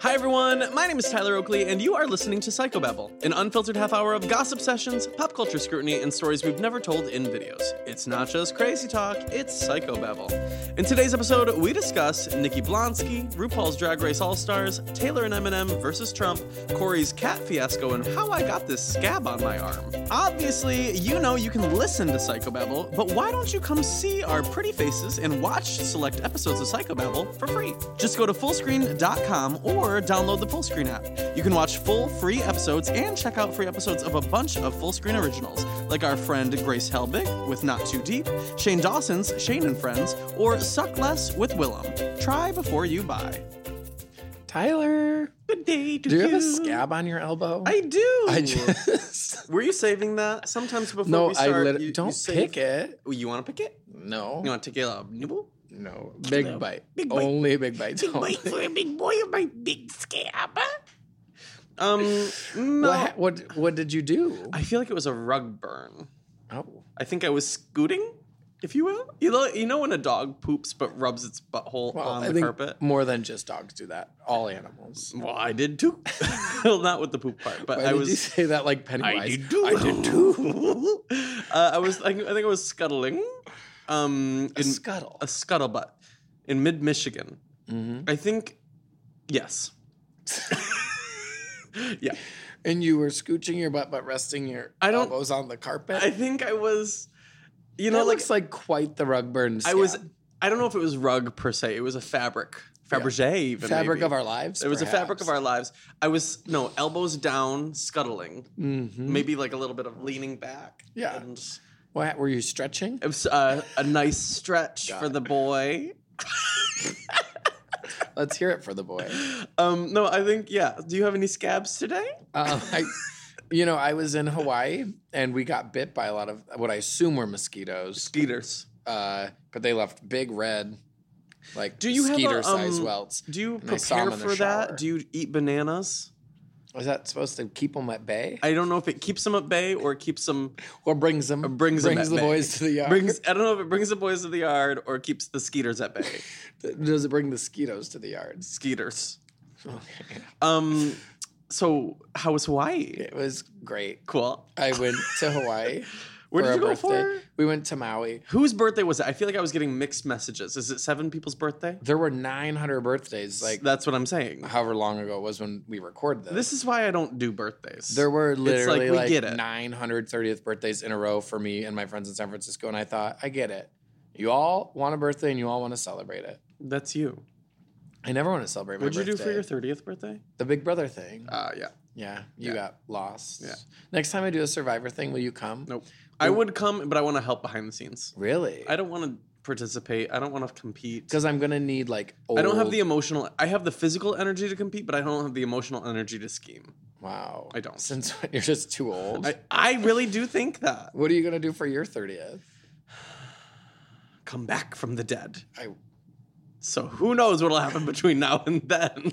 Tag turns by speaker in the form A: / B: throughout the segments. A: Hi, everyone. My name is Tyler Oakley, and you are listening to Psychobabble, an unfiltered half hour of gossip sessions, pop culture scrutiny, and stories we've never told in videos. It's not just crazy talk, it's Psychobabble. In today's episode, we discuss Nikki Blonsky, RuPaul's Drag Race All Stars, Taylor and Eminem versus Trump, Corey's cat fiasco, and how I got this scab on my arm. Obviously, you know you can listen to Psychobabble, but why don't you come see our pretty faces and watch select episodes of Psychobabble for free? Just go to fullscreen.com or download the Fullscreen app. You can watch full free episodes and check out free episodes of a bunch of Fullscreen originals, like our friend Grace Helbig with Not Too Deep, Shane Dawson's Shane and Friends, or Suck Less with Willem. Try before you buy.
B: Tyler,
A: Good day to
B: do you have a scab on your elbow?
A: I do.
B: I just
A: Were you saving that? Sometimes before
B: no.
A: we
B: I
A: start,
B: lit-
A: you,
B: don't pick it.
A: You want to pick it?
B: No,
A: You want to take a nibble? Oh.
B: no. Big
A: No.
B: bite.
A: Big bite.
B: Only big bites. only.
A: for a big boy of my big scab. Um, no.
B: What, ha- what? What did you do?
A: I feel like it was a rug burn.
B: oh,
A: I think I was scooting, if you will. You know, you know when a dog poops but rubs its butthole
B: well,
A: on
B: I
A: the
B: think
A: carpet.
B: more than just dogs do that. All animals.
A: Well, I did too. well, not with the poop part, but
B: Why
A: I
B: did you
A: was.
B: say that like Pennywise?
A: I did too. uh, I was. I, think- I think I was scuttling. Um,
B: A
A: in,
B: scuttle.
A: a scuttlebutt in mid Michigan.
B: Mhm.
A: I think, yes. yeah.
B: And you were scooching your butt, but resting your
A: I don't-
B: elbows on the carpet.
A: I think I was, you
B: that
A: know, like,
B: looks like quite the rug burn.
A: I
B: Scab.
A: was, I don't know if it was rug per se, it was a fabric, Fabergé even.
B: fabric
A: maybe.
B: of our lives.
A: It was a fabric of our lives. I was, no, elbows down, scuttling,
B: hmm
A: maybe like a little bit of leaning back.
B: Yeah.
A: And
B: What were you stretching?
A: it was uh, a nice stretch
B: Got
A: for
B: it.
A: the boy.
B: Let's hear it for the boy.
A: Um, no, I think, yeah. Do you have any scabs today?
B: Um, I, you know, I was in Hawaii and we got bit by a lot of what I assume were mosquitoes,
A: Skeeters.
B: uh, but they left big red, like
A: Do you have a,
B: skeeter size
A: um,
B: welts.
A: Do you
B: And I saw 'em
A: prepare
B: in the
A: for
B: shower.
A: that? Do you eat bananas?
B: Was that supposed to keep them at bay
A: I don't know if it keeps them at bay or keeps them
B: or brings them
A: brings 'em at
B: the
A: bay.
B: boys to the yard?
A: brings. I don't know if it brings the boys to the yard or keeps the skeeters at bay.
B: Does it bring the mosquitoes to the yards?
A: Skeeters.
B: Okay.
A: Um. So how was Hawaii?
B: It was great.
A: Cool.
B: I went to Hawaii.
A: Where
B: for
A: did
B: a
A: you go
B: birthday.
A: for?
B: We went to Maui.
A: Whose birthday was it? I feel like I was getting mixed messages. Is it seven people's birthday?
B: There were 900 birthdays, like
A: That's what I'm saying.
B: however long ago it was when we recorded this.
A: This is why I don't do birthdays.
B: There were literally
A: we
B: like,
A: get it.
B: 930th birthdays in a row for me and my friends in San Francisco. And I thought, I get it. You all want a birthday and you all want to celebrate it.
A: That's you.
B: I never want to celebrate my
A: What'd you do for
B: birthday.
A: your thirtieth birthday?
B: the Big Brother thing?
A: Uh, yeah.
B: yeah, you
A: yeah.
B: got lost.
A: Yeah.
B: Next time I do a Survivor thing, will you come?
A: Nope. I would come, but I want to help behind the scenes.
B: Really?
A: I don't want to participate. I don't want to compete.
B: Because I'm gonna need like. Old,
A: I don't have the emotional. I have the physical energy to compete, but I don't have the emotional energy to scheme.
B: Wow.
A: I don't.
B: Since you're just too old.
A: I, I really do think that.
B: what are you gonna do for your 30th?
A: Come back from the dead.
B: I.
A: So who knows what'll happen between now and then?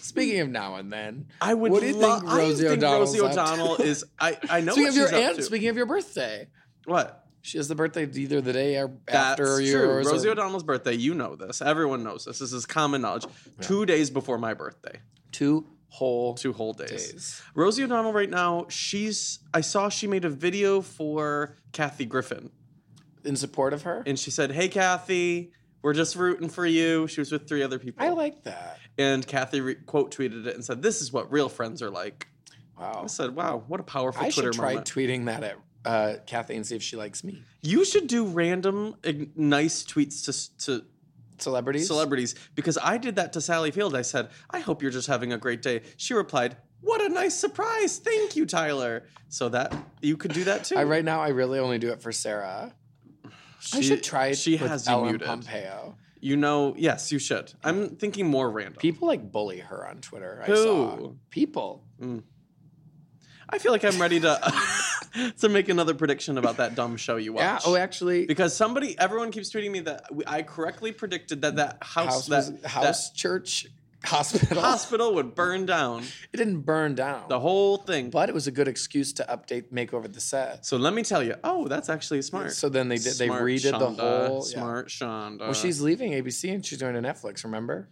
B: Speaking of now and then.
A: I would.
B: What do you
A: lo-
B: think Rosie
A: I think
B: O'Donnell's
A: Rosie
B: up to?
A: O'Donnell is. I I know.
B: Speaking
A: what
B: of your
A: she's up
B: aunt.
A: to.
B: Speaking of your birthday.
A: what?
B: She has the birthday either the day or
A: That's
B: after
A: true.
B: yours. or-
A: Rosie O'Donnell's birthday. You know this. Everyone knows this. This is common knowledge. Two days before my birthday.
B: two whole
A: Two whole days.
B: days.
A: Rosie O'Donnell right now. She's. I saw she made a video for Kathy Griffin.
B: in support of her.
A: and she said, "Hey, Kathy, we're just rooting for you." She was with three other people,
B: I like that.
A: and Kathy re- quote tweeted it and said, "This is what real friends are like."
B: Wow.
A: I said, "Wow, what a powerful
B: I
A: Twitter
B: should try
A: moment."
B: tweeting that at uh, Kathy and see if she likes me.
A: you should do random ig- nice tweets to s- to
B: Celebrities.
A: celebrities because I did that to Sally Field. I said, "I hope you're just having a great day." She replied, "What a nice surprise! Thank you, Tyler." So that you could do that too.
B: I, right now, I really only do it for Sarah. I
A: She-
B: should try it
A: She
B: with
A: has you
B: Ellen
A: muted.
B: Pompeo.
A: You know, yes, you should. I'm thinking more random.
B: People like bully her on Twitter. I
A: Who?
B: saw people.
A: I feel like I'm ready to to make another prediction about that dumb show you watch.
B: Yeah. Oh, actually,
A: because somebody, everyone keeps tweeting me that we- I correctly predicted that that house,
B: house, was-
A: that
B: house church hospital.
A: that hospital would burn down
B: it didn't burn down,
A: the whole thing.
B: but it was a good excuse to update, make over the set.
A: so let me tell you. Oh, that's actually smart.
B: So then they did. They
A: Smart
B: redid the
A: Shonda,
B: whole. yeah.
A: Smart Shonda.
B: Well, she's leaving ABC and she's going to Netflix. Remember?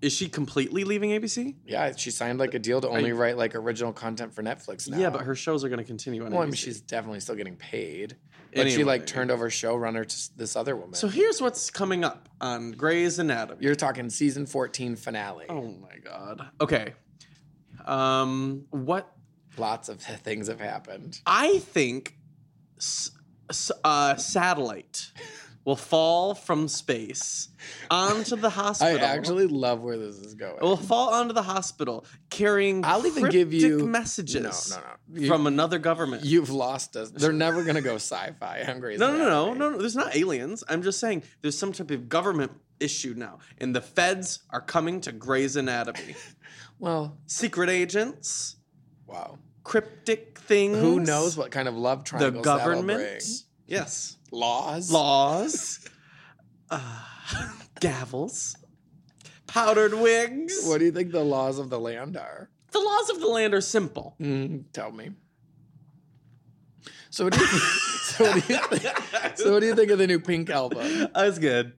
A: Is she completely leaving ABC?
B: Yeah, she signed like a deal to only write like original content for Netflix now.
A: Yeah, but her shows are going to continue on
B: Well, I
A: ABC.
B: mean, she's definitely still getting paid. But
A: Anyway.
B: she like turned over showrunner to s- this other woman.
A: so here's what's coming up on Grey's Anatomy.
B: You're talking season 14 finale.
A: oh my god. Okay. Um, what
B: Lots of things have happened.
A: I think s- s- uh, satellite will fall from space onto the
B: I
A: hospital.
B: actually love where this is going.
A: it will fall onto the hospital carrying
B: I'll even give
A: cryptic
B: you-
A: messages
B: No, no, no. You-
A: from another government.
B: You've lost us. They're never gonna go sci-fi. on Grey's
A: no, no, no,
B: Anatomy.
A: no, no. There's not aliens. I'm just saying there's some type of government issue now, and the feds are coming to Grey's Anatomy.
B: Well,
A: Secret agents,
B: wow.
A: cryptic things.
B: Who knows what kind of love
A: the
B: triangles That'll bring.
A: government? Yes.
B: Laws.
A: laws, uh,
B: Ah.
A: gavels, powdered wigs.
B: What do you think the laws of the land are?
A: The laws of the land are simple.
B: Mm, tell me. So what, do you, so, what do you think, so what do you think of the new Pink album?
A: That's good.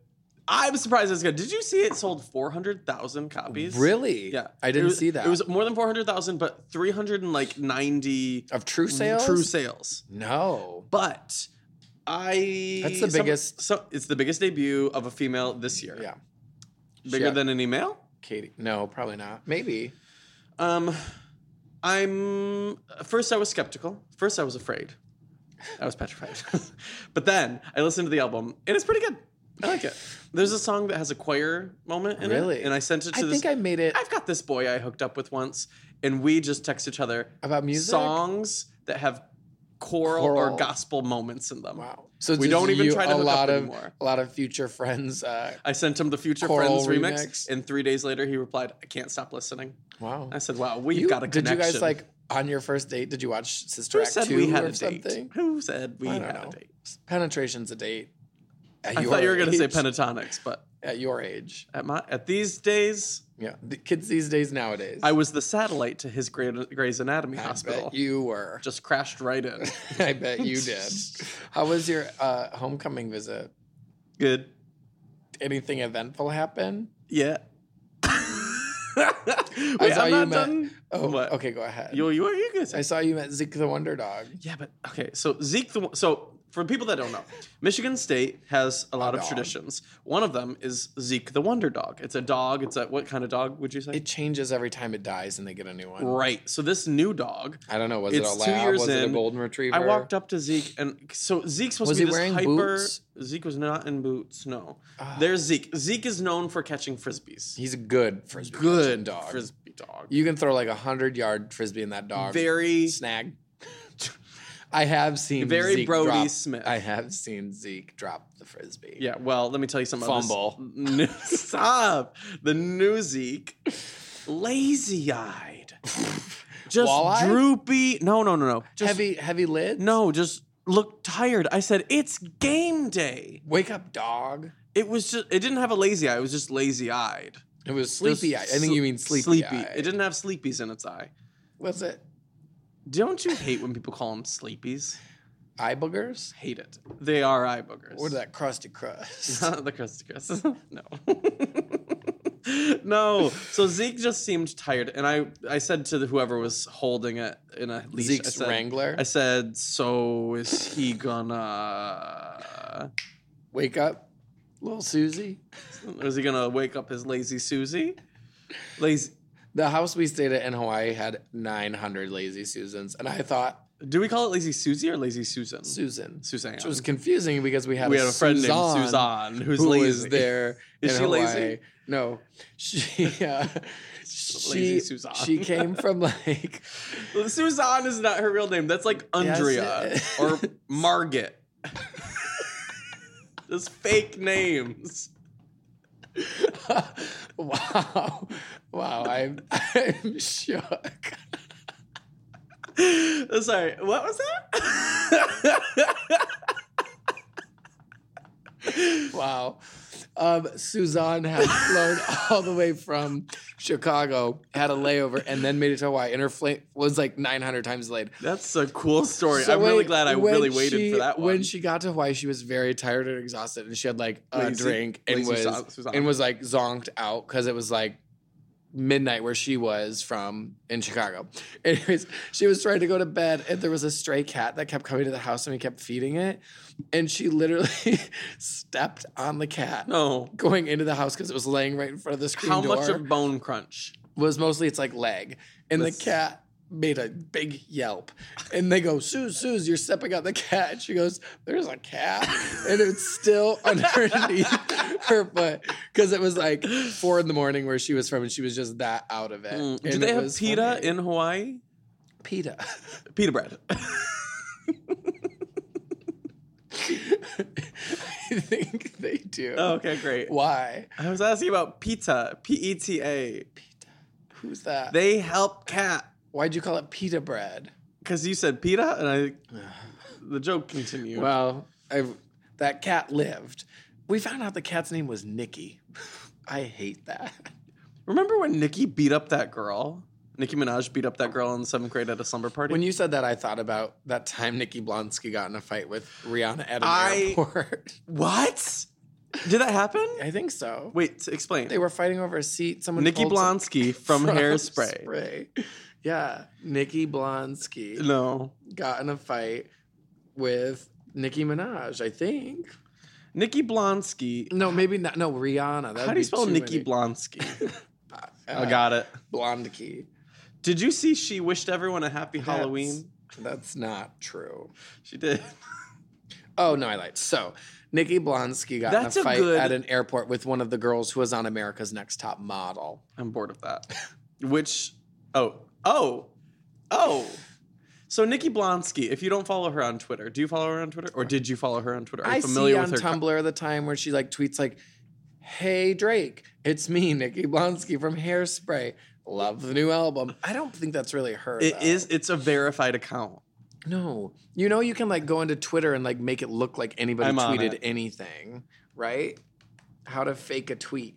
A: I'm surprised it's good. Did you see it sold 400,000 copies?
B: Really?
A: Yeah.
B: I
A: It
B: didn't
A: was-
B: see that.
A: It was more than 400,000, but 390
B: of true sales.
A: Mm, true sales.
B: No.
A: But I.
B: That's the
A: some-
B: biggest-
A: So it's the biggest debut of a female this year.
B: Yeah.
A: Bigger
B: Yeah.
A: than any male?
B: Katie. No, probably not. Maybe.
A: Um, I'm first I was skeptical. First I was afraid. I was petrified. but then I listened to the album and it's pretty good. I like it. There's a song that has a choir moment in
B: Really?
A: it, and I sent it
B: I
A: to this.
B: think I made it
A: I've got this boy I hooked up with once, and we just text each other
B: about music.
A: songs that have choral, or
B: Choral.
A: gospel moments in them.
B: Wow. So
A: We
B: did
A: don't even
B: you-
A: try to
B: a
A: hook up
B: lot of
A: anymore.
B: a lot of future friends. Uh,
A: I sent him the Future
B: Choral
A: Friends remix,
B: remix.
A: and three days later he replied, "I can't stop listening."
B: wow.
A: I said, "Wow, we've
B: You-
A: got a
B: did
A: connection."
B: you guys like on your first date? Did you watch Sister
A: Who
B: Act
A: said
B: two
A: we had
B: or
A: a date?
B: something?
A: Who said we
B: I
A: had
B: don't
A: a
B: know.
A: date?
B: Penetration's a date. At
A: I thought you were going to say
B: age.
A: pentatonics, but
B: At your age,
A: at my at these days,
B: yeah. The kids these days nowadays.
A: I was the satellite to his Grey, Grey's Anatomy
B: I
A: hospital.
B: bet you were.
A: Just crashed right in.
B: I bet you did. How was your uh, homecoming visit?
A: Good.
B: Anything eventful happen?
A: Yeah.
B: I
A: Wait,
B: saw
A: I'm
B: you
A: not
B: met-
A: done.
B: Oh,
A: What?
B: okay. Go ahead.
A: You, you are you guys?
B: I saw you met Zeke the Wonder Dog.
A: Yeah, but okay. So Zeke, the so for people that don't know, Michigan State has a lot of
B: dog.
A: traditions. One of them is Zeke the Wonder Dog. It's a dog. It's a what kind of dog would you say?
B: It changes every time it dies, and they get a new one.
A: right. So this new dog
B: I don't know. Was
A: It's
B: it a
A: two
B: lab?
A: years
B: Was it a
A: in.
B: golden retriever?
A: I walked up to Zeke, and so Zeke's supposed
B: Was
A: to be this
B: he wearing
A: hyper.
B: boots?
A: Zeke was not in boots. No,
B: Ah.
A: there's Zeke. Zeke is known for catching frisbees.
B: He's a good frisbee. catching
A: Good
B: dog.
A: frisbee dog.
B: you can throw like a hundred yard frisbee in that dog.
A: Very
B: snag. I have seen
A: Very
B: Zeke
A: Brody
B: drop-
A: Smith.
B: I have seen Zeke drop the frisbee.
A: yeah. Well, let me tell you something.
B: Fumble.
A: About this. New- Stop. The new Zeke, lazy eyed, just
B: Walleye?
A: droopy. No, no, no, no. Just,
B: heavy heavy lids.
A: No, just looked tired. I said it's game day.
B: wake up, dog.
A: It was just. It didn't have a lazy eye. It was just lazy eyed.
B: It was sleepy. Eye. I think
A: Sl-
B: you mean sleepy.
A: Sleepy.
B: Eye.
A: It didn't have sleepies in its eye.
B: What's it?
A: Don't you hate when people call them sleepies?
B: Eye boogers.
A: Hate it. They are eye boogers.
B: Or that crusty crust.
A: Not the crusty crust. no. no. So Zeke just seemed tired, and I I said to whoever was holding it in a leash. I
B: Zeke's
A: said,
B: wrangler.
A: I said, so is he gonna?
B: wake up, little Susie.
A: Is he gonna wake up his lazy Susie? Lazy.
B: The house we stayed at in Hawaii had 900 lazy Susans, and I thought
A: Do we call it lazy Susie or lazy Susan?
B: Susan.
A: Suzanne.
B: Which was confusing because we had
A: we
B: a
A: had a friend
B: Suzanne
A: named Suzanne who's
B: who
A: lazy.
B: was there.
A: Is
B: in
A: she
B: Hawaii.
A: lazy?
B: No, she uh, she
A: Lazy Suzanne.
B: she came from like
A: Suzanne is not her real name. That's like Andrea
B: it
A: or Margit. Just fake names.
B: wow wow I'm I'm shook.
A: Oh, Sorry, what was that?
B: Wow. Um, Suzanne had flown all the way from Chicago, had a layover, and then made it to Hawaii. And her flight was like 900 times delayed.
A: That's a cool story.
B: So
A: I'm really
B: when-
A: glad I
B: when
A: really waited
B: she-
A: for that one.
B: When she got to Hawaii, she was very tired and exhausted, and she had like a
A: Lazy-
B: drink and
A: lazy
B: was
A: Suzanne- Suzanne.
B: and was like zonked out because it was like midnight where she was from in Chicago. Anyways, she was trying to go to bed and there was a stray cat that kept coming to the house and we kept feeding it. And she literally stepped on the cat
A: No.
B: going into the house because it was laying right in front of the screen
A: How
B: door.
A: much of bone crunch?
B: was mostly its like leg. And
A: That's-
B: the cat made a big yelp. And they go, Suze, Suze, you're stepping on the cat. And she goes, There's a cat. And it's still underneath her foot. Because it was like four in the morning where she was from and she was just that out of it.
A: Mm. Do
B: And
A: they
B: it
A: have
B: was
A: pita
B: funny.
A: in Hawaii?
B: pita.
A: Pita bread.
B: I think they do.
A: Oh, okay, great.
B: Why?
A: I was asking about pizza. P E T A.
B: Who's that?
A: They help cat.
B: Why'd you call it pita bread?
A: Because you said pita, and I. The joke continued.
B: Well, I, that cat lived. We found out the cat's name was Nikki. I hate that.
A: Remember when Nicki beat up that girl? Nicki Minaj beat up that girl in seventh grade at a slumber party.
B: When you said that, I thought about that time Nikki Blonsky got in a fight with Rihanna at an
A: I-
B: airport.
A: what? Did that happen?
B: I think so.
A: Wait, to explain.
B: They were fighting over a seat. Someone
A: Nikki
B: pulled some-
A: Blonsky from, Hairspray.
B: Spray. Yeah, Nikki Blonsky
A: No,
B: got in a fight with Nicki Minaj. I think.
A: Nikki Blonsky.
B: No, maybe not. No, Rihanna. That
A: How
B: would
A: do you
B: be
A: spell
B: too
A: Nikki
B: many.
A: Blonsky? I
B: Uh,
A: got it.
B: Blondkey.
A: Did you see she wished everyone a happy Halloween?
B: That's not true.
A: She did.
B: Oh no, I lied. So Nikki Blonsky got
A: That's
B: in
A: a
B: a fight
A: good-
B: at an airport with one of the girls who was on America's Next Top Model.
A: I'm bored of that. Which, oh, oh, oh. So Nikki Blonsky, if you don't follow her on Twitter, do you follow her on Twitter, or did you follow her on Twitter? Are you
B: I
A: familiar
B: see
A: with
B: on
A: her? co-
B: Tumblr the time where she like tweets like, "Hey Drake, it's me, Nikki Blonsky from Hairspray. Love the new album." I don't think that's really her.
A: It
B: though.
A: is. It's a verified account.
B: No, you know you can like go into Twitter and like make it look like anybody
A: I'm on
B: tweeted
A: it.
B: anything, right? How to fake a tweet.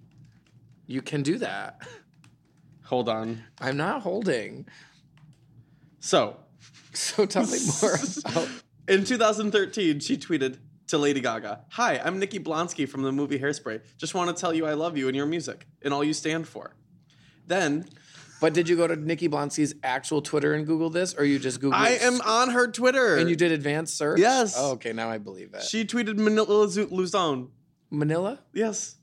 B: You can do that.
A: Hold on.
B: I'm not holding.
A: So,
B: So tell me more about
A: in 2013, she tweeted to Lady Gaga, "Hi, I'm Nikki Blonsky from the movie Hairspray. Just want to tell you I love you and your music and all you stand for." Then
B: But did you go to Nikki Blonsky's actual Twitter and Google this, or you just Googled?
A: I am on her Twitter.
B: And you did advanced search.
A: Yes.
B: Oh, okay, now I believe it.
A: She tweeted Manila Zu- Luzon.
B: Manila.
A: Yes.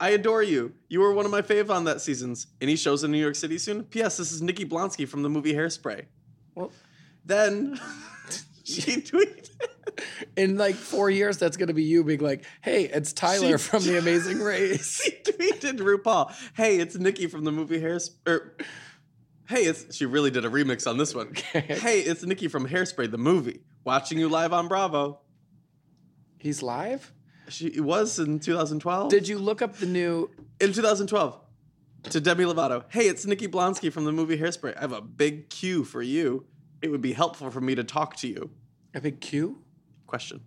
A: I adore you. You were one of my fave on that season's. Any shows in New York City soon? P.S. This is Nikki Blonsky from the movie Hairspray.
B: Well,
A: Then she tweeted.
B: in like four years, that's gonna be you being like, "Hey, it's Tyler
A: She-
B: from The Amazing Race."
A: she tweeted RuPaul, "Hey, it's Nikki from the movie Hairspray." Er, hey, it's she really did a remix on this one. Hey, it's Nikki from Hairspray the movie. Watching you live on Bravo.
B: He's live.
A: She it was in 2012.
B: Did you look up the new?
A: in 2012 to Demi Lovato. Hey, it's Nikki Blonsky from the movie Hairspray. I have a big cue for you. It would be helpful for me to talk to you.
B: I think Q.
A: Question.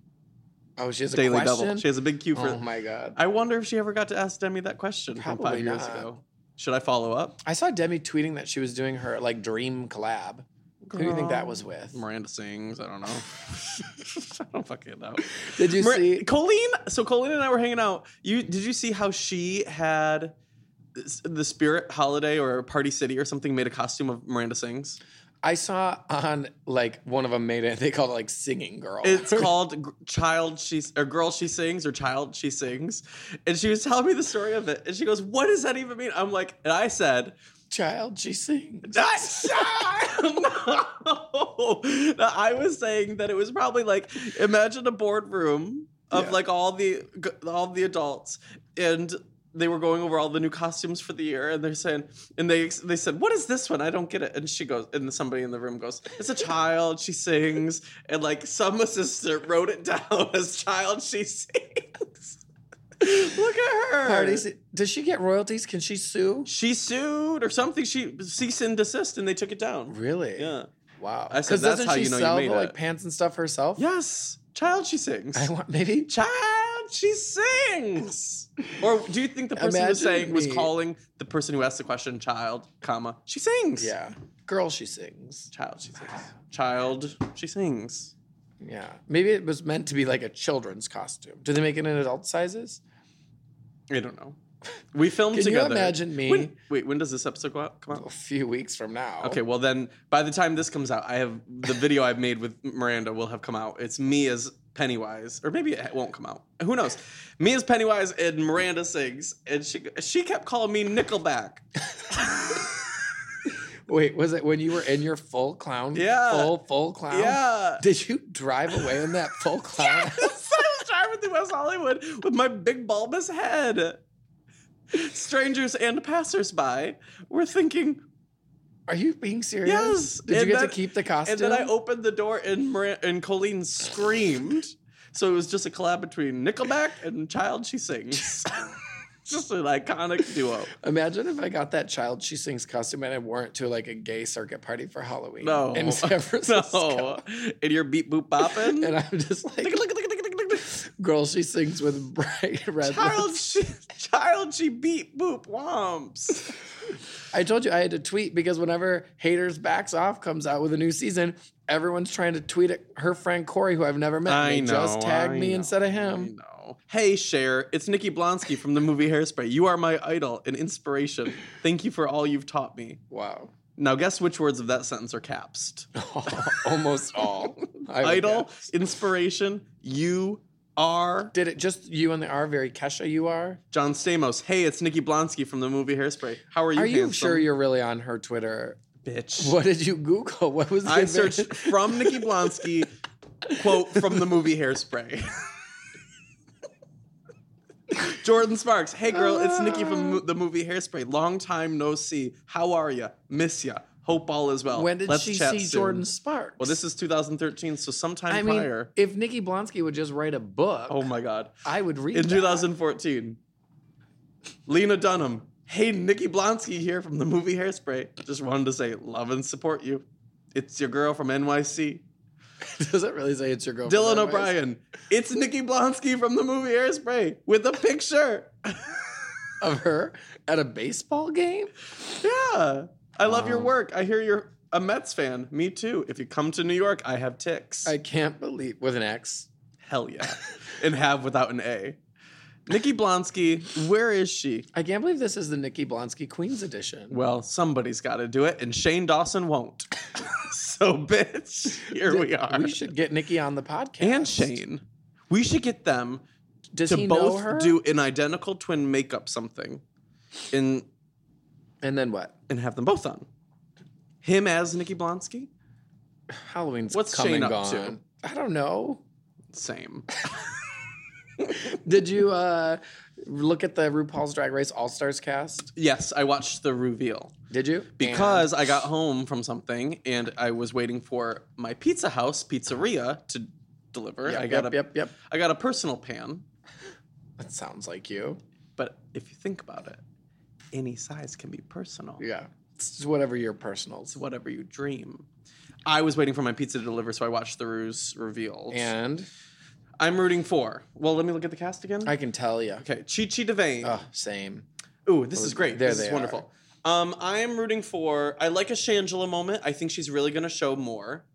B: Oh, she has a
A: Daily
B: question.
A: Double. She has a big cue for.
B: oh my god!
A: I wonder if she ever got to ask Demi that question from five
B: Probably
A: years
B: not.
A: ago. Should I follow up?
B: I saw Demi tweeting that she was doing her like dream collab. Who do you think that was with?
A: Miranda sings. I don't know. I don't fucking know.
B: Did you
A: Mir-
B: see?
A: Colleen? So Colleen and I were hanging out. You did you see how she had s- the Spirit Holiday or Party City or something made a costume of Miranda sings?
B: I saw on like one of them made it. They called it like singing girl.
A: It's called G- Child She or Girl She Sings or Child She Sings. And she was telling me the story of it. And she goes, What does that even mean? I'm like, and I said,
B: Child, she sings.
A: "That's- no. No, I was saying that it was probably like, imagine a boardroom of
B: Yeah.
A: like all the all the adults and they were going over all the new costumes for the year and they're saying and they they said what is this one i don't get it and she goes and somebody in the room goes it's a child she sings and like some assistant wrote it down as child she sings look at her
B: Parties. Does she get royalties? Can she sue?
A: she sued or something she cease and desist and they took it down
B: Really?
A: yeah
B: Wow.
A: I said,
B: 'Cause
A: that's
B: doesn't
A: how
B: she
A: you know you
B: sell
A: made
B: the,
A: it.
B: like pants and stuff herself?
A: yes child she sings
B: I want maybe.
A: child she sings or do you think the person who was
B: Imagine
A: saying was
B: me.
A: calling the person who asked the question child comma she sings
B: Yeah. Girl, she sings.
A: child she sings child she sings
B: Yeah. Maybe it was meant to be like a children's costume. Do they make it in adult sizes?
A: i don't know We filmed
B: Can
A: together.
B: you imagine me
A: When, wait, when does this episode go out? Come out?
B: a few weeks from now?
A: Okay, well then, by the time this comes out, I have the video I've made with Miranda will have come out. It's me as Pennywise, or maybe it won't come out. Who knows? Me as Pennywise and Miranda sings, and she she kept calling me Nickelback.
B: Wait, was it when you were in your full clown?
A: Yeah.
B: Full, full clown?
A: Yeah.
B: Did you drive away in that full clown?
A: So I was driving through West Hollywood with my big bulbous head. Strangers and passersby were thinking,
B: Are you being serious?
A: Yes,
B: Did you
A: and
B: get
A: then-
B: to keep the costume?
A: and then I opened the door and Mar- and Colleen screamed. So it was just a collab between Nickelback and Child She Sings. just an iconic duo.
B: Imagine if I got that child she sings costume and I weren't to like a gay circuit party for Halloween.
A: No.
B: In San Francisco.
A: No. And your beat boop bopping.
B: And I'm just like, girl, she sings with bright red
A: Child
B: lips.
A: she, child she beat boop womps.
B: I told you I had to tweet because whenever Haters Backs Off comes out with a new season, everyone's trying to tweet at her friend Corey, who I've never met. and they just tagged
A: I
B: me
A: know,
B: instead of him.
A: I know. Hey, Cher, it's Nikki Blonsky from the movie Hairspray. You are my idol and inspiration. Thank you for all you've taught me.
B: Wow.
A: Now, guess which words of that sentence are capsed?
B: Almost all. I would
A: Idol,
B: guess.
A: inspiration, you are
B: Did it just you and the R very Kesha you are?
A: John Stamos. Hey, it's Nikki Blonsky from the movie Hairspray. How are you?
B: Are you
A: handsome?
B: sure you're really on her Twitter?
A: bitch?
B: What did you Google? What was the
A: I
B: advantage-
A: searched from Nikki Blonsky quote from the movie Hairspray. Jordan Sparks, hey girl, it's Nikki from mo- the movie Hairspray. Long time no see. How are ya? Miss ya. Hope all is well.
B: When did
A: Oh, Let's
B: she
A: chat
B: see
A: soon.
B: Jordan Sparks?
A: Well, this is 2013, so sometime
B: I mean,
A: prior.
B: if Nikki Blonsky would just write a book,
A: Oh my god.
B: I would read.
A: In
B: that.
A: 2014, Lena Dunham, hey Nikki Blonsky here from the movie Hairspray. Just wanted to say love and support you. It's your girl from NYC.
B: does it really say it's your girlfriend?
A: Dylan
B: Otherwise-
A: O'Brien. It's Nikki Blonsky from the movie Airspray with a picture.
B: of her at a baseball game.
A: yeah. I love your
B: Wow.
A: work. I hear you're a Mets fan. Me too. If you come to New York, I have ticks.
B: I can't believe with an X.
A: Hell yeah. and have without an A. Nikki Blonsky, where is she?
B: I can't believe this is the Nikki Blonsky Queens edition.
A: Well, somebody's got to do it, and Shane Dawson won't. so, bitch, here we are.
B: We should get Nikki on the podcast.
A: and Shane. We should get them
B: Does
A: to
B: he know her?
A: both do an identical twin makeup something in
B: and then what?
A: and have them both on. Him as Nikki Blonsky?
B: Halloween's
A: What's
B: come
A: Shane
B: and
A: up to?
B: gone. I don't know.
A: Same.
B: Did you uh, look at the RuPaul's Drag Race All Stars cast?
A: Yes, I watched the reveal
B: Did you?
A: because I got home from something and I was waiting for my pizza house pizzeria to deliver.
B: And-
A: I
B: yep,
A: got
B: yep,
A: a
B: yep, yep.
A: I got a personal pan,
B: That sounds like you.
A: but if you think about it, any size can be personal.
B: Yeah. It's just whatever your personals.
A: It's whatever you dream. I was waiting for my pizza to deliver, so I watched the ruse revealed.
B: And
A: I'm rooting for. Well, let me look at the cast again.
B: I can tell you.
A: okay, Chi Chi Devane.
B: Oh, same.
A: Ooh, this is great.
B: There
A: this
B: they
A: is wonderful. Um, I am rooting for. I like a Shangela moment. I think she's really going to show more,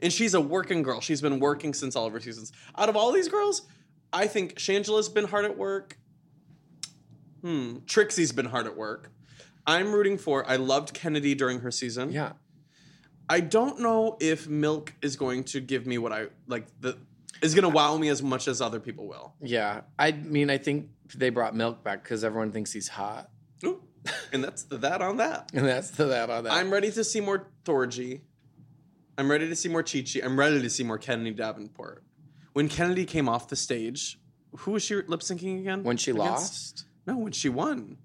A: and she's a working girl. She's been working since all of her seasons. Out of all these girls, I think Shangela's been hard at work. Hmm. Trixie's been hard at work. I'm rooting for. I loved Kennedy during her season.
B: Yeah.
A: I don't know if Milk is going to give me what I like. The is going to wow me as much as other people will.
B: Yeah. I mean, I think they brought Milk back because everyone thinks he's hot.
A: Ooh, and that's the that on that.
B: And that's the that on that.
A: I'm ready to see more Thorgy. I'm ready to see more Chichi. I'm ready to see more Kennedy Davenport. When Kennedy came off the stage, who was she lip syncing again?
B: when she
A: Against-
B: lost?
A: No, when she won.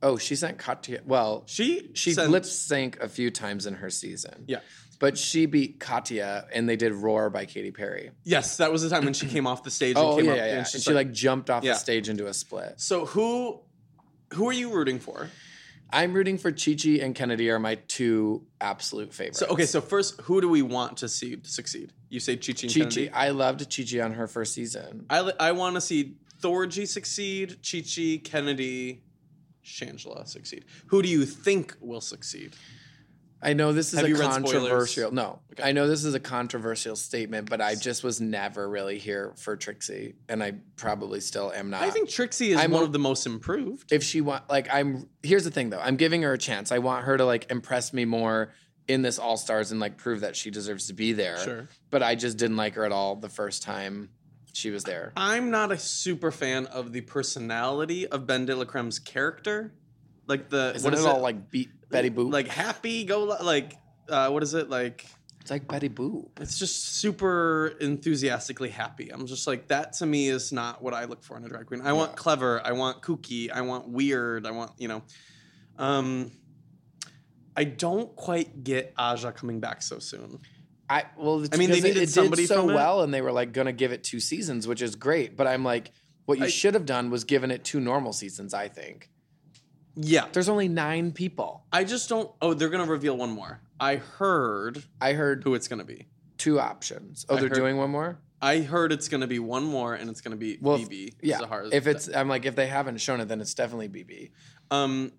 B: Oh, she sent Katya. Well,
A: She
B: she
A: sent-
B: lip synced a few times in her season.
A: Yeah.
B: But she beat Katya and they did Roar by Katy Perry.
A: Yes, that was the time when she came off the stage and
B: Oh,
A: came
B: yeah,
A: up
B: yeah, yeah.
A: and
B: And
A: she's
B: she like jumped off
A: Yeah.
B: the stage into a split.
A: So who who are you rooting for?
B: I'm rooting for Chi Chi and Kennedy are my two absolute favorites.
A: So okay, so first who do we want to see succeed? You say Chichi and
B: Chi Chi,
A: Kennedy.
B: I loved Chi Chi on her first season.
A: I li- I want to see Thorgy succeed, Chichi, Kennedy, Shangela succeed. Who do you think will succeed?
B: I know this is
A: Have
B: a
A: you read spoilers?
B: controversial. No,
A: Okay.
B: I know this is a controversial statement, but I just was never really here for Trixie, and I probably still am not.
A: I think Trixie is
B: I'm
A: one
B: a-
A: of the most improved.
B: if she want, like, I'm. Here's the thing, though. I'm giving her a chance. I want her to like impress me more in this All Stars and like prove that she deserves to be there.
A: Sure.
B: But I just didn't like her at all the first time she was there.
A: I'm not a super fan of the personality of Ben de la Creme's character. Like the
B: Isn't
A: what is
B: it all like be- Betty Boop?
A: Like happy go like uh, what is it like?
B: it's like Betty Boop.
A: It's just super enthusiastically happy. I'm just like that to me is not what I look for in a drag queen. I want
B: Yeah.
A: clever, I want kooky, I want weird, I want, you know. Um I don't quite get Aja coming back so soon.
B: I well, it's
A: I mean, they
B: because it-
A: needed
B: it,
A: somebody
B: did so
A: from it.
B: well, and they were like going to give it two seasons, which is great. But I'm like, what you
A: I-
B: should have done was given it two normal seasons. I think
A: Yeah.
B: there's only nine people.
A: I just don't oh, they're gonna reveal one more. I heard
B: I heard
A: who it's gonna be.
B: two options. Oh,
A: I
B: they're
A: heard-
B: doing one more.
A: I heard it's gonna be one more and it's gonna be
B: Well, if-
A: BB.
B: Yeah,
A: Zahara's
B: if it's, I'm like, if they haven't shown it, then it's definitely BB.
A: um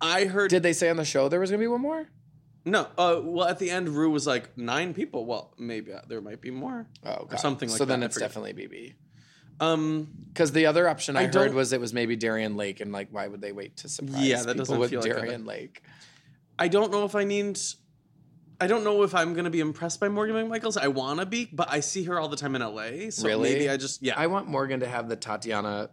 A: I heard
B: Did they say on the show there was going to be one more?
A: no. Uh, well, at the end, Rue was like nine people. Well, maybe uh, there might be more.
B: Oh, God.
A: something like
B: so then
A: that, I
B: it's
A: forget.
B: definitely BB.
A: Um,
B: Because the other option
A: I
B: I, heard
A: don't-
B: was it was maybe Darian Lake, and like, why would they wait to surprise
A: Yeah, that
B: people
A: doesn't
B: with
A: feel like a-
B: Darian Lake?
A: I don't know if I need. I don't know if I'm gonna be impressed by Morgan McMichaels. I wanna be, but I see her all the time in LA. So
B: Really?
A: maybe I just yeah.
B: I want Morgan to have the Tatiana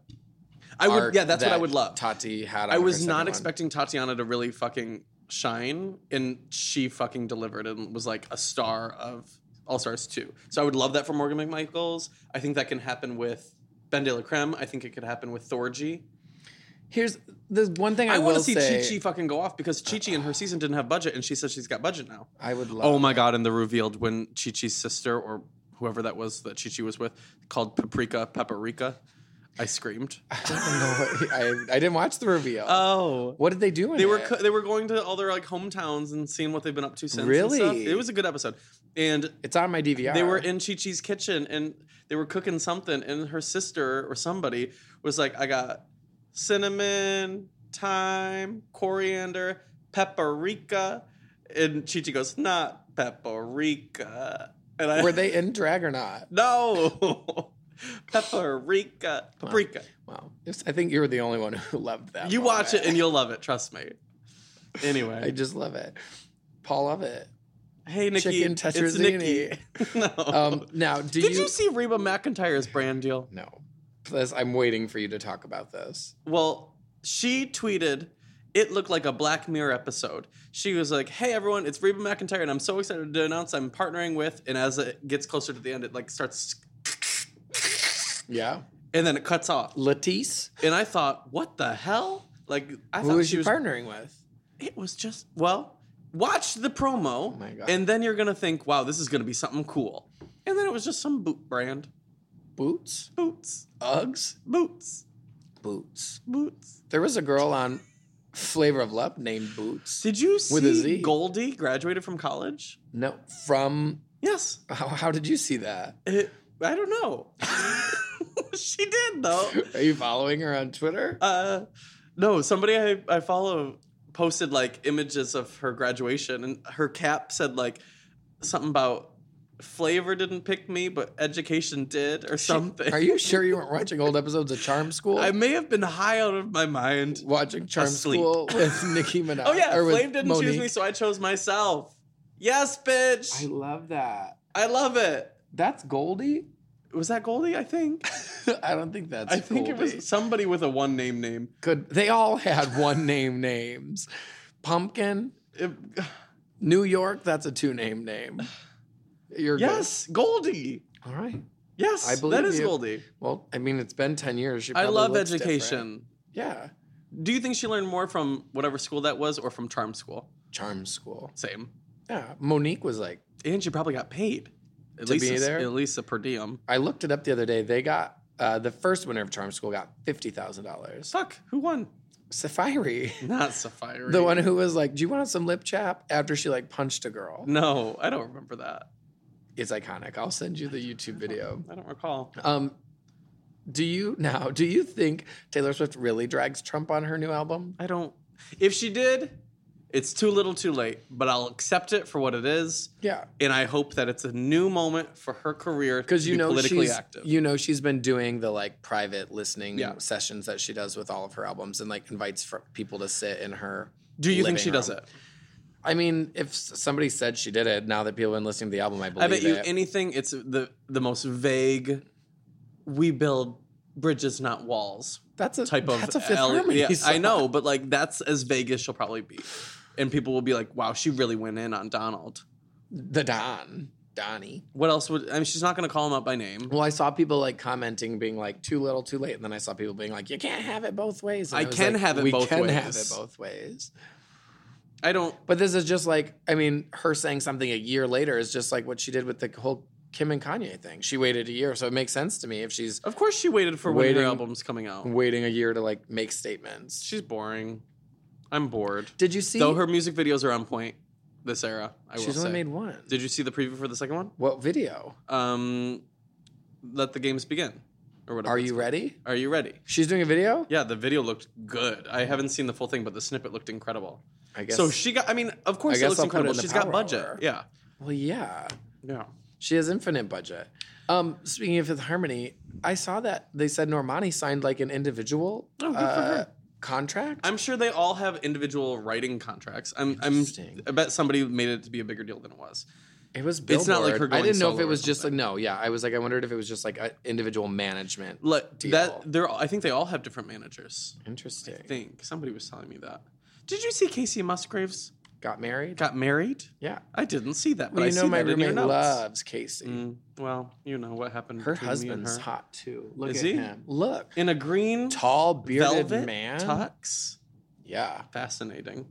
A: I, would
B: arc
A: yeah. That's what I
B: that
A: would love.
B: Tati had.
A: I
B: on her
A: was
B: second
A: not
B: one.
A: expecting Tatiana to really fucking shine, and she fucking delivered and was like a star of All Stars 2. So I would love that for Morgan McMichaels. I think that can happen with Ben de la Creme. I think it could happen with Thorgy.
B: Here's the one thing I,
A: I, want to
B: will
A: see
B: say.
A: Chi Chi fucking go off because Chi Chi in her season didn't have budget, and she says she's got budget now.
B: I would love.
A: Oh my god! And the revealed when Chi Chi's sister or whoever that was that Chi Chi was with called Paprika Paprika, I screamed.
B: I don't know. What, I I didn't watch the reveal.
A: Oh,
B: what did they do? In
A: They were
B: it?
A: co- they were going to all their like hometowns and seeing what they've been up to since. and
B: Really?
A: stuff. it was a good episode. And
B: it's on my DVR.
A: they were in Chi Chi's kitchen and they were cooking something, and her sister or somebody was like, "I got cinnamon, thyme, coriander, paprika," and Chi Chi goes, "Not paprika." And I
B: Were they in drag or not?
A: no paprika paprika.
B: Well, it's- I think you were the only one who loved that.
A: You
B: moment.
A: watch it and you'll love it. Trust me. Anyway,
B: I just love it. Paul, love it.
A: Hey Nikki,
B: Chicken
A: it's Nikki.
B: tetrazzini.
A: no.
B: Um, now, do
A: Oh. Did you, see Reba McIntyre's brand deal?
B: No. This, I'm waiting for you to talk about this.
A: Well, she tweeted, "It looked like a Black Mirror episode." She was like, "Hey everyone, it's Reba McIntyre, and I'm so excited to announce I'm partnering with." And as it gets closer to the end, it like starts,
B: Yeah,
A: and then it cuts off.
B: Latisse.
A: And I thought, "What the hell?" Like I
B: Who
A: thought
B: is
A: she
B: she
A: was.
B: partnering with?
A: It was just well. Watch the promo,
B: Oh my God.
A: and then you're gonna think, "Wow, this is gonna be something cool." And then it was just some boot brand,
B: Boots,
A: boots,
B: Uggs,
A: boots,
B: Boots.
A: boots.
B: There was a girl on Flavor of Love named Boots.
A: Did you see
B: With a Z.
A: Goldie graduated from college?
B: No, from
A: Yes.
B: How, how did you see that?
A: It- I don't know. she did though.
B: Are you following her on Twitter?
A: Oh. Uh, no, somebody I, I follow posted like images of her graduation, and her cap said like something about flavor didn't pick me, but education did, or something.
B: Are you sure you weren't watching old episodes of Charm School?
A: I may have been high out of my mind.
B: watching Charm
A: asleep.
B: School with Nicki Minaj.
A: Oh yeah,
B: or with
A: Flame didn't choose
B: Monique.
A: me, so I chose myself. Yes,
B: I
A: bitch.
B: love that.
A: I love it.
B: That's Goldie.
A: Was that Goldie? I think.
B: I don't think that's.
A: I think it
B: Goldie.
A: was somebody with a one name name.
B: Good. They all had one name names. Pumpkin,
A: It-
B: New York. That's a two name name. You're good.
A: yes, Goldie.
B: All right.
A: Yes,
B: I believe
A: that is
B: you.
A: Goldie.
B: Well, I mean, it's been ten years. She
A: I
B: probably
A: love
B: looks
A: education.
B: different. Yeah.
A: Do you think she learned more from whatever school that was or from charm school?
B: Charm School.
A: Same.
B: Yeah. Monique was like
A: And she probably got paid. At
B: To
A: least
B: be
A: a-
B: there?
A: At least a per diem.
B: I looked it up the other day. They got uh, the first winner of Charm School got fifty thousand dollars.
A: Fuck, who won?
B: Safari,
A: Not Sapphire.
B: the one who was like, "Do you want some lip chap?" After she like punched a girl,
A: No, I don't remember that.
B: it's iconic. I'll send you the YouTube video.
A: I don't recall.
B: Um, do you now? Do you think Taylor Swift really drags Trump on her new album?
A: I don't. If she did, It's too little, too late, but I'll accept it for what it is.
B: Yeah.
A: And I hope that it's a new moment for her career
B: Because
A: to
B: you
A: be
B: know
A: politically
B: she's
A: active.
B: you know she's been doing the like private listening
A: Yeah.
B: sessions that she does with all of her albums and like invites fr- people to sit in her.
A: Do you think
B: living
A: she does
B: room.
A: it?
B: I mean, if s- somebody said she did it, now that people have been listening to the album, I believe
A: I bet you
B: it.
A: anything. It's the the most vague. We build bridges, not walls.
B: that's a
A: Type of
B: that's a Fifth
A: L-
B: Harmony
A: Yeah, I
B: song.
A: know, but like that's as vague as she'll probably be, and people will be like, "Wow, she really went in on Donald."
B: the Don Donnie.
A: What else would I mean? She's not going to call him out by name.
B: Well, I saw people like commenting, being like, "Too little, too late," and then I saw people being like, "You can't have it both ways." And
A: I
B: was
A: can
B: like,
A: have it
B: we
A: both
B: can have
A: ways."
B: it both ways.
A: I don't.
B: But this is just like, I mean, her saying something a year later is just like what she did with the whole Kim and Kanye thing. She waited a year, so it makes sense to me if she's
A: Of course, she waited for when her
B: Waiting-
A: album's coming out.
B: waiting a year to like make statements.
A: She's boring. I'm bored.
B: Did you see?
A: Though her music videos are on point this era. I will
B: she's only
A: say.
B: made one.
A: Did you see the preview for the second one?
B: what video?
A: Um, let the games begin, or whatever.
B: Are
A: it's
B: you
A: called.
B: ready?
A: Are you ready?
B: She's doing a video.
A: Yeah, the video looked good. I haven't seen the full thing, but the snippet looked incredible.
B: I guess.
A: So she got. I mean, of course,
B: I
A: it
B: guess
A: looks
B: I'll put it
A: incredible.
B: in the
A: She's got
B: power
A: budget.
B: hour.
A: Yeah,
B: well, yeah.
A: yeah.
B: She has infinite budget. Um, speaking of Fifth Harmony, I saw that they said Normani signed like an individual
A: Oh, good for
B: uh,
A: her.
B: contract.
A: I'm sure they all have individual writing contracts. I'm. I'm.
B: Interesting.
A: I bet somebody made it to be a bigger deal than it was.
B: it was Billboard.
A: It's not like her
B: I
A: going
B: didn't know if
A: solo
B: it
A: or
B: was just like no, yeah. I was like I wondered if it was just like a individual management.
A: Look,
B: Deal.
A: that they're. all- I think they all have different managers.
B: Interesting.
A: I think somebody was telling me that. Did you see Casey Musgraves
B: Got married.
A: got married?
B: yeah.
A: I didn't see that, but
B: Well,
A: I
B: you know
A: see
B: my
A: that in your
B: roommate
A: notes.
B: loves Casey.
A: Mm, well, you know what happened.
B: Her
A: between me and
B: husband's
A: her.
B: hot too. Look
A: Is
B: at
A: he?
B: him. Look.
A: in a green
B: Tall bearded
A: velvet
B: man.
A: tux.
B: Yeah.
A: Fascinating.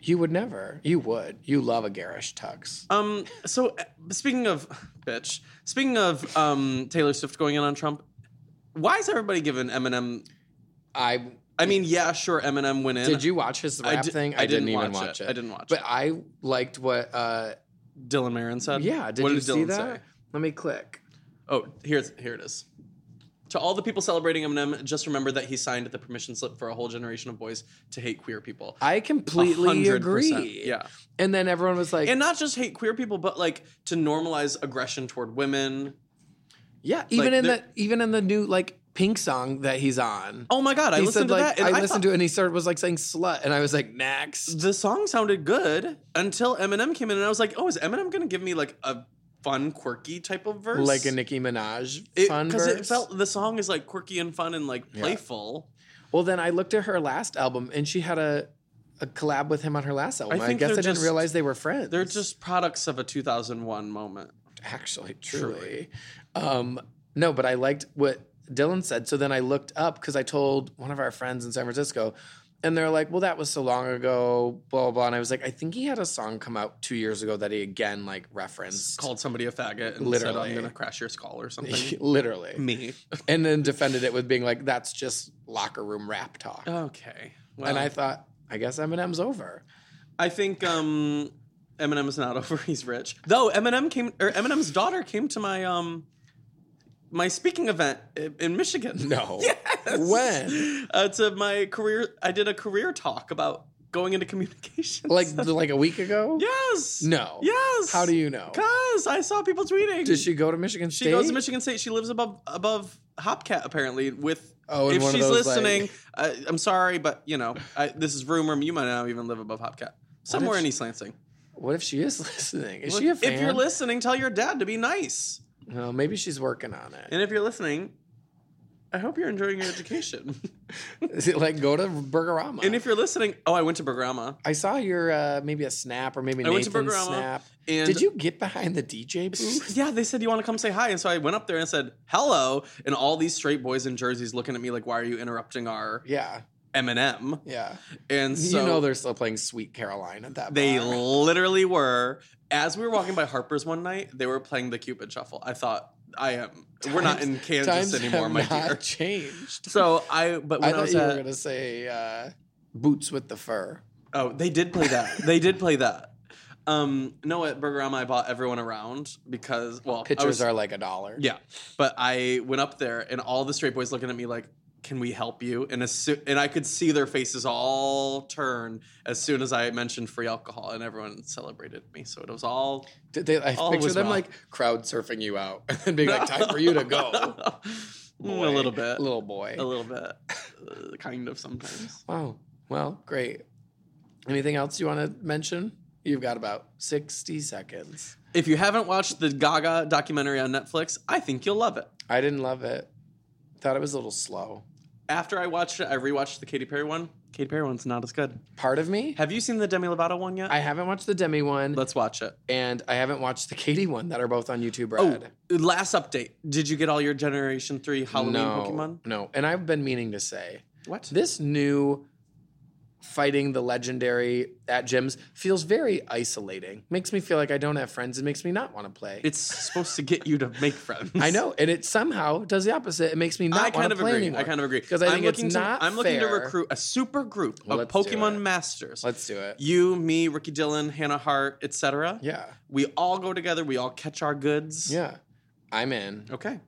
B: You would never. You would. You love a garish tux.
A: Um. So uh, speaking of bitch, speaking of um Taylor Swift going in on Trump, why is everybody giving Eminem?
B: I
A: I mean, yeah, sure, Eminem went in.
B: did you watch his
A: I
B: rap
A: di-
B: thing?
A: I didn't watch it. I didn't watch
B: but
A: it.
B: I liked what uh
A: Dylan Marin said.
B: yeah, did
A: Um, what
B: you
A: did
B: see
A: Dylan
B: that?
A: say?
B: Let me click.
A: Oh, here's here it is. To all the people celebrating Eminem, just remember that he signed the permission slip for a whole generation of boys to hate queer people.
B: I completely
A: 100%,
B: agree.
A: Yeah.
B: And then everyone was like,
A: And not just hate queer people, but like to normalize aggression toward women.
B: yeah, even in the
A: they're-
B: even in the new like pink song that he's on.
A: Oh my god, I
B: he
A: listened
B: said
A: to
B: like
A: that. And
B: I,
A: I thought
B: listened to it and he started was like saying slut and I was like next.
A: the song sounded good until Eminem came in, and I was like, oh, is Eminem gonna give me like a fun, quirky type of verse?
B: Like a Nicki Minaj fun
A: because
B: verse.
A: it, felt the song is like quirky and fun and like playful.
B: well, then I looked at her last album and she had a a collab with him on her last album.
A: I
B: I,
A: think
B: guess I
A: they're
B: didn't
A: just-
B: realize they were friends.
A: They're just products of a 2001 moment.
B: actually truly um no but i liked what dylan said so then i looked up because i told one of our friends in san francisco and they're like well that was so long ago blah blah, blah. and i was like i think he had a song come out two years ago that he again like referenced
A: Called somebody a faggot and said,
B: Literally.
A: "I'm gonna crash your skull" or something.
B: literally
A: me.
B: and then defended it with being like that's just locker room rap talk
A: Oh, Okay. Well,
B: and i thought i guess eminem's over
A: I think um, Eminem is not over. He's rich. Though Eminem came, or Eminem's daughter came to my um, my speaking event i- in Michigan.
B: no
A: Yes.
B: when
A: Uh, to my career, I did a career talk about going into communications.
B: like like a week ago
A: yes,
B: no
A: yes.
B: how do you know
A: Cause I saw people tweeting.
B: did she go to michigan
A: She
B: state
A: goes to Michigan State. She lives above above Hopcat apparently. With
B: Oh, in
A: if
B: one of
A: she's
B: those,
A: listening,
B: like-
A: I, I'm sorry, but you know I, this is rumor. You might not even live above Hopcat. Somewhere in
B: she-
A: East Lansing.
B: What if she is listening? Is
A: Look,
B: she a fan?
A: If you're listening, tell your dad to be nice.
B: no, maybe she's working on it.
A: And if you're listening, I hope you're enjoying your education.
B: Is it like go to Burgerama?
A: and if you're listening, oh, I went to Bergrama.
B: I saw your uh, maybe a snap or maybe
A: I went to
B: Nathan's
A: Burgerama,
B: snap.
A: and-
B: Did you get behind the DJ booth?
A: Mm, Yeah, they said you want to come say hi, and so I went up there and said hello, and all these straight boys in jerseys looking at me like, "Why are you interrupting our
B: yeah,
A: Eminem?"
B: yeah.
A: And so
B: you know they're still playing Sweet Caroline at that.
A: They
B: bar.
A: literally were. As we were walking by Harper's one night, they were playing the Cupid Shuffle. I thought, I am. we're not in
B: Times-
A: Kansas
B: times
A: anymore,
B: have
A: my
B: not
A: dear.
B: Changed.
A: So I, but
B: I
A: when I,
B: thought
A: was
B: you were
A: at,
B: gonna say uh, boots with the fur.
A: oh, they did play that. they did play that. Um, no, at Burgerama, I bought everyone around because well, I
B: Pictures
A: was-
B: are like a dollar.
A: yeah. But I went up there, and all the straight boys looking at me like, "Can we help you?" And as soo- and I could see their faces all turn as soon as I mentioned free alcohol, and everyone celebrated me. So it was all
B: Did they, I
A: All
B: picture
A: was
B: them
A: well.
B: like crowd surfing you out and then being like, time for you to go.
A: Mm, a little bit,
B: Little boy.
A: a little bit, Uh, kind of sometimes.
B: Wow. Well, great. Anything else you want to mention? You've got about 60 seconds.
A: If you haven't watched the Gaga documentary on Netflix, I think you'll love it.
B: I didn't love it. Thought it was a little slow.
A: After I watched it, I rewatched the Katy Perry one. Katy Perry one's not as good.
B: Part of me,
A: Have you seen the Demi Lovato one yet?
B: I haven't watched the Demi one
A: Let's watch it.
B: and I haven't watched the Katie one that are both on YouTube
A: Oh,
B: Red.
A: last update. Did you get all your Generation 3 Halloween
B: no,
A: Pokemon?
B: No. And I've been meaning to say
A: What?
B: this new fighting the legendary at gyms feels very isolating. Makes me feel like I don't have friends. It makes me not want to play.
A: It's supposed to get you to make friends.
B: I know, and it somehow does the opposite. It makes me
A: I
B: not want
A: kind
B: to
A: of
B: play
A: agree.
B: anymore.
A: I kind of agree.
B: 'Cause I
A: am
B: think it's
A: looking to,
B: not
A: I'm looking to
B: fair.
A: recruit a super group of
B: Well, let's do
A: Pokemon
B: it.
A: masters.
B: Let's do it.
A: you, me, Ricky Dillon, Hannah Hart, etc.
B: Yeah,
A: We all go together. We all catch our goods.
B: yeah. I'm in.
A: Okay.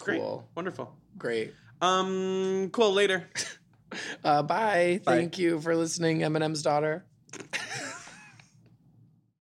A: Great.
B: Cool.
A: Wonderful.
B: Great.
A: Um. Cool. Later.
B: Uh, bye. Thank you for listening, Eminem's daughter.